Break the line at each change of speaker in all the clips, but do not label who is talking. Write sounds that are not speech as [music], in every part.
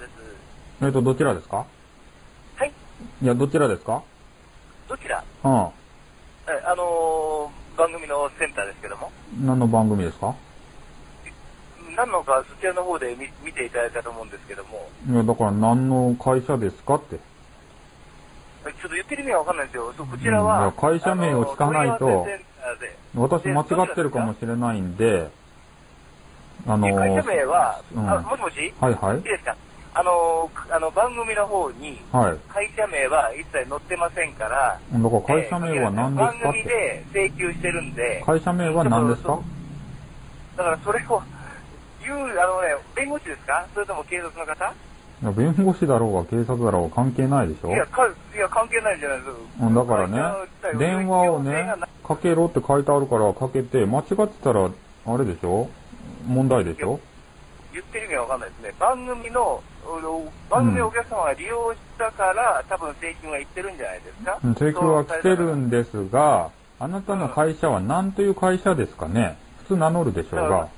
えっと、どちらですか
はい。
いや、どちらですか
どちら
うん。
えあのー番組のセンターですけども、
何の番組ですか
何のかそちらの方で見見ていただいたと思うんですけども、
いや、だから何の会社ですかって。
ちょっと言ってる意味がわかんないんですよ。そうこちらは、
うんいや会社名を聞かないと
あの問い合わせセンターで
私間違ってるかもしれないんで、あの、
え会社名は、
うん
あもしもしい
はいはい
いですかあのーあの番組の方に、
はい。
会社名は一切載ってませんから、
だから会社名は何ですかっ
えー番組
て。
で請求してるんで、
会社名は何ですか
だからそれを言う、あのね、弁護士ですかそれとも警察の方
いや弁護士だろうが警察だろうが関係ないでしょ
いや、かいや関係ないじゃないです
うんだから
会社自体
ね、
は
電話を
要
ね
請がな、
かけろって書いてあるからかけて、間違ってたら、あれでしょ問題でしょ
言ってる意味はわかんないですね。番組の、うん番組のお客様が利用したから、多分請求がいってるんじゃないですか
うん請求は来てる
ん
んですが、あなたの会社は何という会社ですかね普通名乗るでしょうが。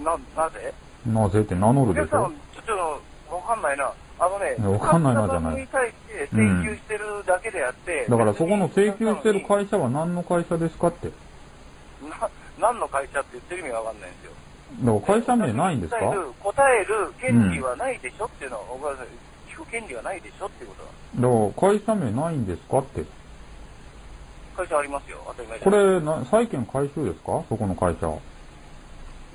な、なぜ
なぜって名乗
お
るで
客
しょ
様、ちょっと、わかんないな。あのね
いや、わかんないなじゃない
使った番組に対して請求してるだけであって、
だからそこの請求してる
会
会社は何の会社ですかって。
な何の会社って言ってる意味がわかんないんですよ。
だから会社名ないんですか
答える答える権利はないでしょっていうのは、ごめんなさい、聞く権利はないでしょっていうことは、
だから会社名ないんですかって。
会社ありますよ、当たり前じゃ
こ
ない
れ、な債権回収ですかそこの会社。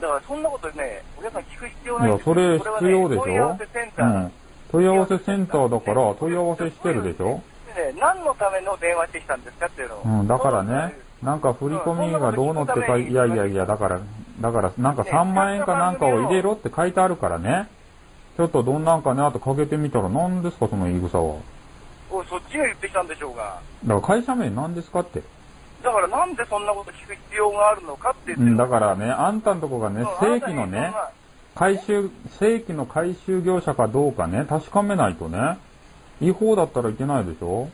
だからそんなことね、お客さん聞く必要ないいん
や
で、す
そ
よ
れ
こは
必
ね
要でし
問い合わせ
ょ
センタ
う
ー、
ん。問い合わせセンターだから問い合わせしてるでしょ
でね、何のための電話してきたんですかっていうのを、
うん、だからね、なんか振り込みがどうのって書い、いやいやいや、だから、だから、なんか3万円かなんかを入れろって書いてあるからね。ちょっとどんなんかね、あとかけてみたら、何ですか、その言い草は。
おそっちが言ってきたんでしょうが、
だから会社名何ですかって。
だからなんでそんなこと聞く必要があるのかって言っ
う
てる
ん、だからね、あんたんとこが
う
ね
ん、
正規のね、回収、正規の回収業者かどうかね、確かめないとね、違法だったらいけないでしょ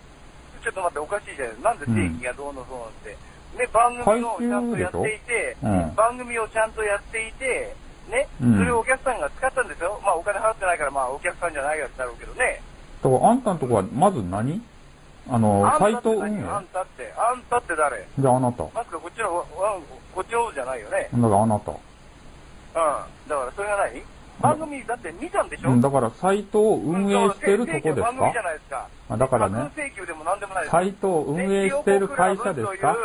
ちょっと待って、おかしいじゃないですか、なんで正規がどうのそうのって、ね、番組をちゃんとやっていて、
うん。
番組をちゃんとやっていて、ね、
うん
それをお客さんが使ったんですよ。まあお金払ってないから、まあお客さんじゃないやつだろうけどね。
だからあんたんとこは、まず何あの、
あん
サイ
たって
ト運
何
営
あんたって、あんたって誰
じゃああなた。だ
まさかこっちの、わわこっちの方じゃないよね。
からあなた。
うん。だからそれがない番組だって見たんでしょ
うん、だからサイトを運営してるとこです
番組じゃ
か
ないですか。
あだからね
架、空請求でもなんでもないです。
サイトを運営してる会社ですか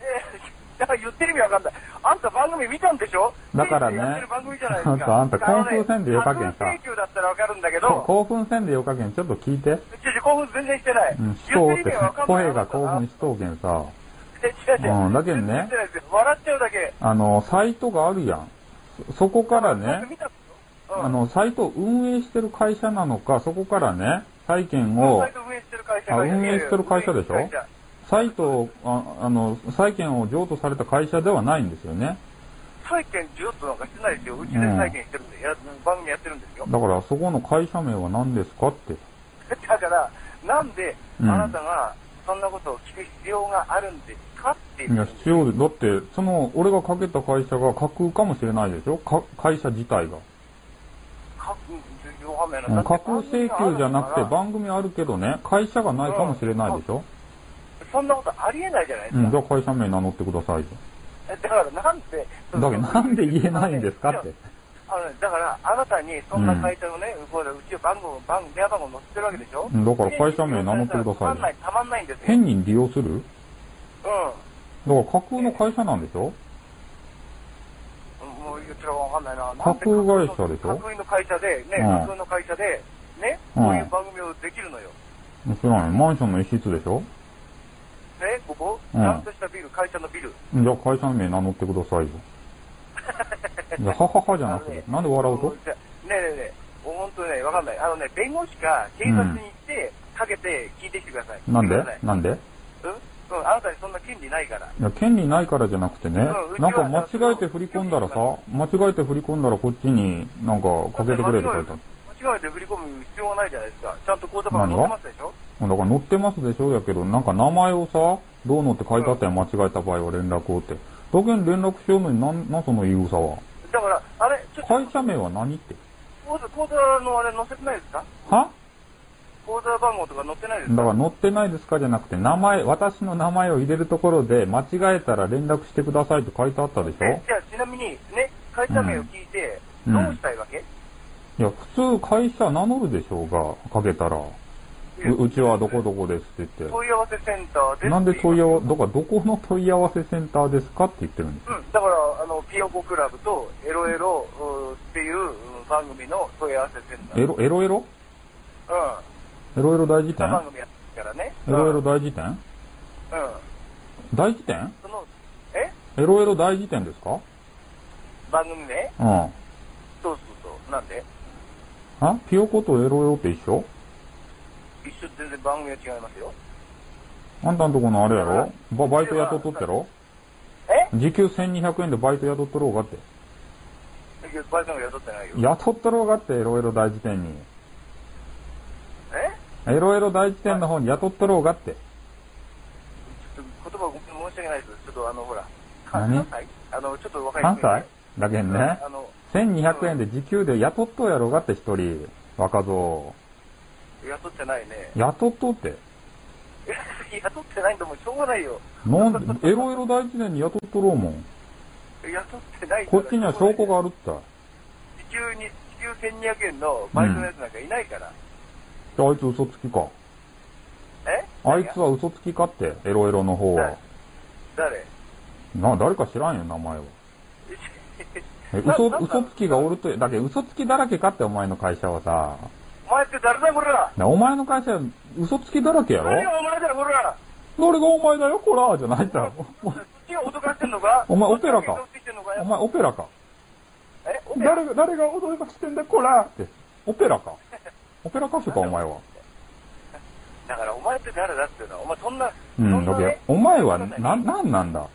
えだから言ってる意味わかんない。あんた番組見たんでしょ
だからね
テレビでやってる番組じゃないです
あん
か。
たあんた興奮せんでよ
か
かけんさ
請求だったらわかるんだけ
うん。
ど、
興奮せんでよかけん、ちょっと聞い
ちょ
て。
ちょ興奮全然してない。
うん、し
言
と
っ
う
て
っ
る意
て
味わか、んない
声が興奮しとうけんさ。
違う違う。
うんだけどね
全然してないですよ笑っちゃうだけ。
あの、サイトがあるやん。そそこから
僕
ね、
見たうん、
あの、サイトを運営してる会社なのか、そこからね、債券を
サイ、ト運営してる会社
あ運営してる会社でしょ
運営してる会社
サイトを、ああの、債券を譲渡された会社ではないんですよね。
債権譲渡なんかしてないですよ。うちで債権してるんで、や番組やってるんですよ。
だから、そこの会社名は何ですかって。
だから、なんで、あ
うん
なたがそんなことを聞く必要があるんですかって
い
言
や、
ってるんです
必要で、だって、その、俺がかけた会社が架空かもしれないでしょか会社自体が。
架空わかんないな
うん
だって
架空請求じゃなくて、番組あるけどね、会社がないかもしれないでしょ
そんなことありえないじゃないで
う
す
ん、
か。
じゃあ会社名名乗ってくださいよ。
だからなんで、
だけど、なんで言えないんですかって。
あのねだから、あなたにそんな会社のね、これうちの番号、番電話番号載せてるわけでしょ
うんだから会社名名乗ってくだ
たまん
さ
ない
よ。
い、たまんないんですよ。うん。
変に利用するだから架空の会社なんでしょ
もう言ってるわかんないな。
架空会社でしょ
架空の会社で、ね、
うん
架空の会社で、ね、
うん
こういう番組をできるのよ。
知らない。マンションの一室でしょ
ね、ここ、
うん
ちゃんとしたビル、会社のビル。
うんじゃあ会社名名乗ってください [laughs] よ。いや、はははじゃなくて、なんで笑うと
ねえねえねえ、もう本当ね、わかんない。あのね、弁護士か警察に行って、かけて聞いてきてください。
なん
聞
で
いてください
なんで
うん、うん、あなたにそんな権利ないから。
いや、権利ないからじゃなくてね、
うん
なんか間違えて振り込んだらさ、間違えて振り込んだらこっちになんかかけてくれって書いてある。
間違えて振り込む必要がないじゃないですか。ちゃんと口座番号載ってますでしょ
だから載ってますでしょやけど、なんか名前をさ、どうのって書いてあったやん、間違えた場合は連絡をって。だけど連絡しようのになん、なんその言い草は。
だから、あれ、ちょっと、
会社名は何って。
う口座、口座のあれ載せてないですか
は
口座番号とか載ってないです
だ
か
から載ってないですかじゃなくて、名前、私の名前を入れるところで、間違えたら連絡してくださいって書いてあったでし
え
ょ
じゃあ、ちなみに、ね、会社名を聞いて、
うん
どうしたいわけ、
いや、普通会社名乗るでしょうが、かけたら。ううちはどこどこですって言っ
問い合わせセンターですって
て。なんで問い
合わ
合わ、どこどこの問い合わせセンターですかって言ってるんです。
せうん、だから、あの、ピヨコクラブとエロエロうんっていううん番組の問い合わせセンター。
エロ、エロエロ
う
エロエロ大辞
ん。歌
典
番組やってるからね。
エロエ
う
ロ
ん。
大辞典
うん
大辞典
その、え
エロエロ大辞典ですか
番組名
うん。あ
そうそうそう。なんで
ピヨコとエロエロって一緒
一緒全然番組は違いますよ。
あんたんとこのあれやろババイト雇っとってろ
え
時給1200円でバイト雇っとろうがって。
いやバイトが雇ってないよ。
雇っとろうがって、エロエロ大辞典に。
え
エロエロ大辞典の方に雇っとろうがって。
ちょっと言葉申し訳ないです。ちょっとあの、ほら。
何
関西あの、ちょっとわかり
関
ま
西
せん
だけんね。
あの、
1200円で時給で雇っとうやろうがって、一人。若造。
雇ってないね。 [laughs]
雇っとうって。
雇ってないんだもん、しょうがないよ。
なんで、エロエロ大辞典に雇っとろうもん。
雇ってないから
こっちには証拠があるった。
地球に、地球1200円のバイトのやつなんかいないから。
であいつ嘘つきか。
え
あいつは嘘つきかって、エロエロの方は。
誰
な、誰か知らんよ、名前は。え
な
嘘、
なんな
嘘
の
つきがおると、だけど嘘つきだらけかって、お前の会社はさ。
お前って誰だ、こら
なお前の会社、嘘つきだらけやろ
誰がお前だ、こら
どれがお前だよ、こらじゃないんだろ。
そっちが脅かしてんのか
お前オペラか
そっちが脅してんのか
お前、オペラか。
えオペラ
誰が、誰が踊りかしてんだ、こらって。オペラか。オペラ歌手か、お前は。
だからお前って誰だっていうのは、お前そんな、
う
そ
ん、
ん
だ
な
けど
ね、
お前は、な、なんなんだ。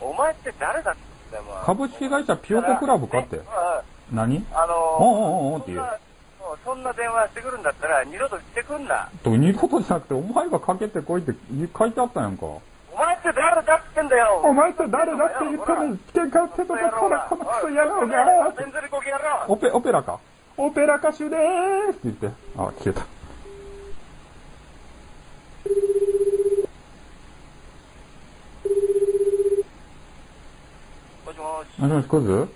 お前って誰だって言ってんだよお前
株式会社ピヨコクラブかって
ねまあ
何
あ
お
の
んおんおんおんって
そん
言う
な。そんな電話してくるんだったら、二度としてくんな。
と、二度とじゃなくて、お前がかけてこいって書いてあったやんか。
お前って誰だってんだよ。
お前と誰だって言ったのに、危険かっ
こ
てとか、こら、このクソ野郎が。
全然こきやろう。
オペ、オペラか。オペラ歌手でーすって言って。あ、消えた。
もしもし。
もしもし、クズ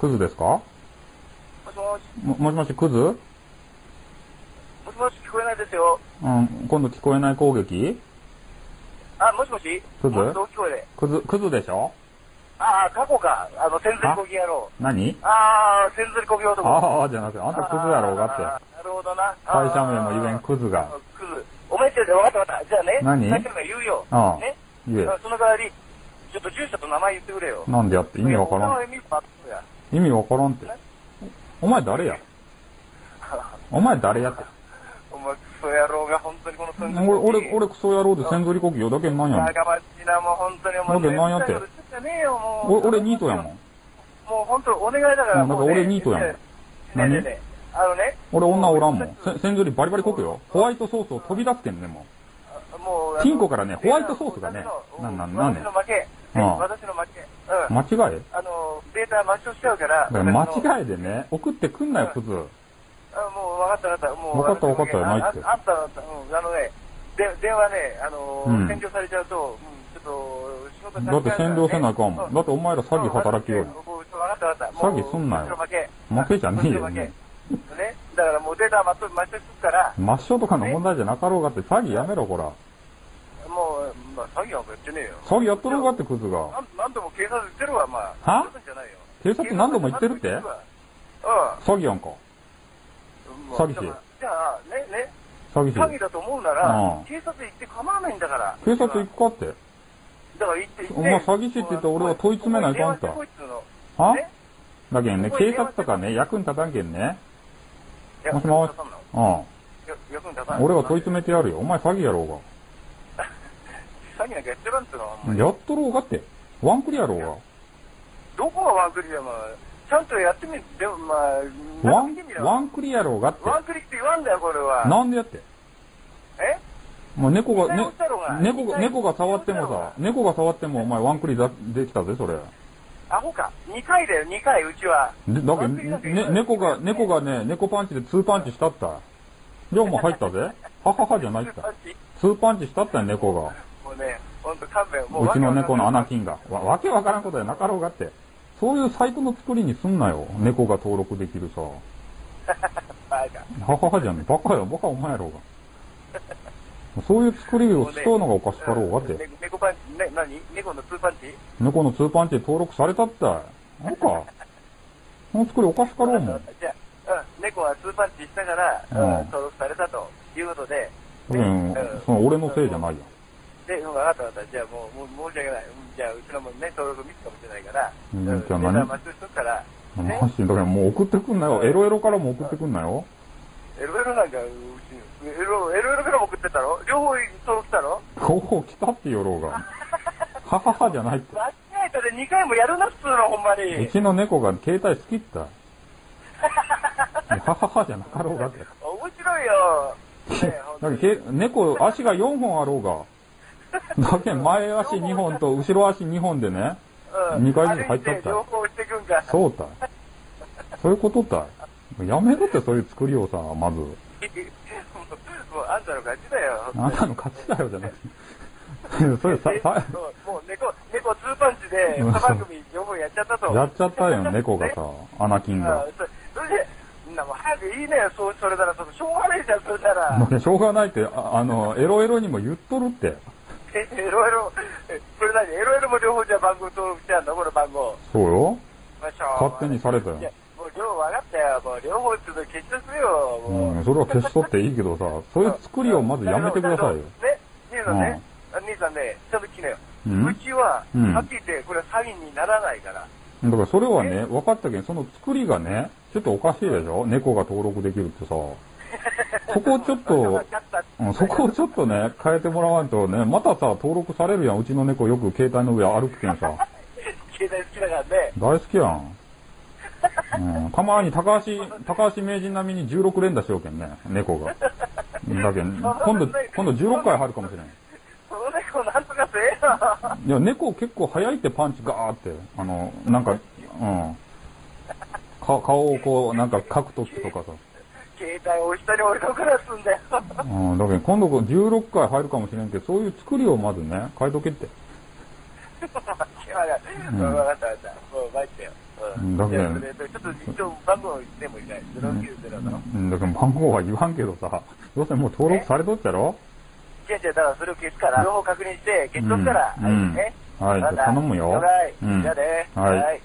クズですか
もしもし。
も、もしもし、クズうん、
もしもし聞こえないですよ。
今度聞こえない攻撃
あ、もしもし。
どうぞ
もっと大きい声で。
クズ、クズでしょ
ああ、過去か。あの、全然こき野郎。
何
ああ、全然こき男。
ああ、じゃなくて、あんたクズやろうがって。
て。なるほどな。
会社名も言えんクズが。
クズ。お前って、わかったわかった。じゃあね。
何
会社名言うよ。
ああ
ね。
言
その代わり、ちょっと住所と名前言ってくれよ
え。。なんでやって意味わからん。
ん。意味わからん。
意味わからんって。お前誰やお前誰やって。
お前、クソ野郎が本当にこの寸
俺、俺、俺クソ野郎で千鳥呼吸よ。だけどなんやねん
バカバッチな、もう本当にお前。
なんでなんやって
絶対俺じゃねえよもう
俺、俺ニートやもん。
もう本当、お願いだから。
うんなんか俺ニートやもん
ねえねえねえあのね。
俺女おらんもん。せ千鳥バリバリこくよ。ホワイトソースを飛び出してんね、も
もうあの
金庫からねホワイトソースがねなんなんなんね
私の負け。ね
うん
私の負け。
う。
うん。
間違え
あの、データ抹消しちゃうから。
だから
え。
間違えでね、送ってくんなよ、クズ。
あもう分かった分かった。もう
分かった分かったよないって
あああったあった。うん。あのね、で電話ね、あの、
うん
占領されちゃうと、うん、ちょっと、仕事
だって占領せなあかんもん。だってお前ら詐欺働きよ
う
うんや。
もう分かった分かった。
詐欺すんなよ
もう私の負け。
負けじゃねえよ
私の負けね。だからもうデータ抹消抹消しとくから、
抹消とかの問題じゃなかろうがって、詐欺やめろ、こら。
もう、まあ、詐欺なんかやってねえよ。
詐欺やっとろうがって、クズが。
なん何度も警察行ってるわ、まあ。
は
行ってるんじゃないよ
警察何度も言ってるって
警察
詐欺や
何度も言っ
んか。
てるわうん。
詐欺師
まあじゃあ、ね、ね、
詐欺
詐欺
師。
だと思うなら、
うん
警察行って構わないんだから。
警察行くかって。
だから行って行って。
お前詐欺師って言ったら俺は問い詰めないかん
お前電話してこいっつうの
は
ね
だけんね、警察とかね、役に立たんけんね。
いや
もしもし
役に立たんの
うん。
や役に立たんの
俺が問い詰めてやるよ。お前詐欺やろう
詐欺なんかやってらんっつうのお前
が。やっとろうがって。ワンクリやろう
どこがワンクリだ、まあ。ちゃんとやってみる。でも、まあ、
が。
な
ワ
んか見
ン
てみ、ろ
ワンクリやろうがって。
ワンクリって言わんだよ、これは。
なんでやって。
え
まあ、猫
絶
が、
対
ね
落ちたろうが、
猫が、
絶対
猫が触っても
落ちたろうが
さ、猫が触ってもお前ワンクリだできたぜ、それ。
アホか。2回だよ、2回、うちは。
でだけど、ね、猫が、猫がね、猫パンチでツーパンチしたった。両も入ったぜ。はははじゃないった。ツーパンチしたったよ、猫が。
もうね、ほんと勘弁、もう
うちの猫のアナ
キ
キンが。わ、わけわからんことやなかろうがって。そういうサイトの作りにすんなよ。猫が登録できるさ。はははじゃねえ。バカよ、バカお前やろうが。そういう作りをしとうのがおかしかろうがって。
猫パンチ、ね、何猫のツーパンチ
猫のツーパンチで登録されたったい。なんか、この作りおかしかろうもん。
じゃあ、うん、猫はツーパンチしたから、
うん
うん登録されたということで、
多分、その俺のせいじゃないよ。
で、分かった分かった、じゃあもう、もう申し訳ない。うんじゃあ、うちのもね、登録ミスかもしれないから、
うん
うん
じゃあ
デー
何
タ抹消しとくから、
マジで、だからもう送ってくんなよ。エロエロからも送ってくんなよ。
エロエロなんか、うち、エロ、エロエロからも送ってたろ両方登録したろ
候補来たって言おろうが。はははじゃないって。
間違えたで2回もやるなっつうの、ほんま
う
に。
ちの猫が携帯好きったい。はははじゃなかろうがって。
面白い
[laughs]
よ。ねえ、ほん
だ
と
け
に
どけ猫、足が4本あろうが。だけど前足2本と後ろ足2本でね。
うん
二回目に入っちゃ
歩
った
いて両方してくんか。
そうたい。そういうことたい。やめろってそういう作りをさ、まず。
[laughs] もう、あんたの勝ちだよ。
あなたの勝ちだよじゃなくて。それさ、さ、
そうもう猫、猫ツーパンチで、
うん
二番組両方やっちゃったと。
やっちゃったよ、猫がさ、アナキ
う
ン
ん
が。
そそれで、みんなもう早くいいねそう、それなら、そのしょうがないじゃん、それなら。
しょうがないって、ああの、エロエロにも言っとるって。
え [laughs] エロエロ、えそれなに、エロエロも両方じゃあ番号登録してあんのこの番号。
そうよ。
まあしょうがない
勝手にされた
いや
よ。、
もう両方分かったよ。もう両方ちょっと決着するよ。
う
もう。
ん、それは消しとっていいけどさ、そういう作りをまずやめてくださいよ。
ね、姉さんね、あ兄さんね、ちょっと聞きなよ。
うん
うちは、
うん
はっきり言って、これは詐欺にならないから。
だからそれはね、分かったけど、その作りがね、ちょっとおかしいでしょ猫が登録できるってさ。そこをちょっと、うんそこをちょっとね、変えてもらわんとね、またさ、登録されるやん。うちの猫よく携帯の上歩くけんさ。
携帯好きだからね。
大好きやん。うん、たまに高橋、高橋名人並みに16連打しようけんね、猫が。だけん、今度、今度16回入るかもしれん。
その猫なんとかせえよ。 [laughs]
いや、猫結構早いってパンチガーって、あの、なんか、うん。か顔をこう、なんか書くときとかさ。
携帯を下に俺のからすんだよ。 [laughs]
うん、だけど今度16回入るかもしれんけど、そういう作りをまずね、変えとけって。
うん、分かった分かった。もう参ったよ。
うんだけど
じゃあそれでちょっと一応番号でもいない。090の。
うん、だけど番号は言わんけどさ、どうせもう登録されとっちゃろ
違う違う、だからそれを消すから、両方確認して、消しとくから、
うん
ね。
うんはい
また
じゃあ頼むよ
了解
うん
じゃあね。
はい
はい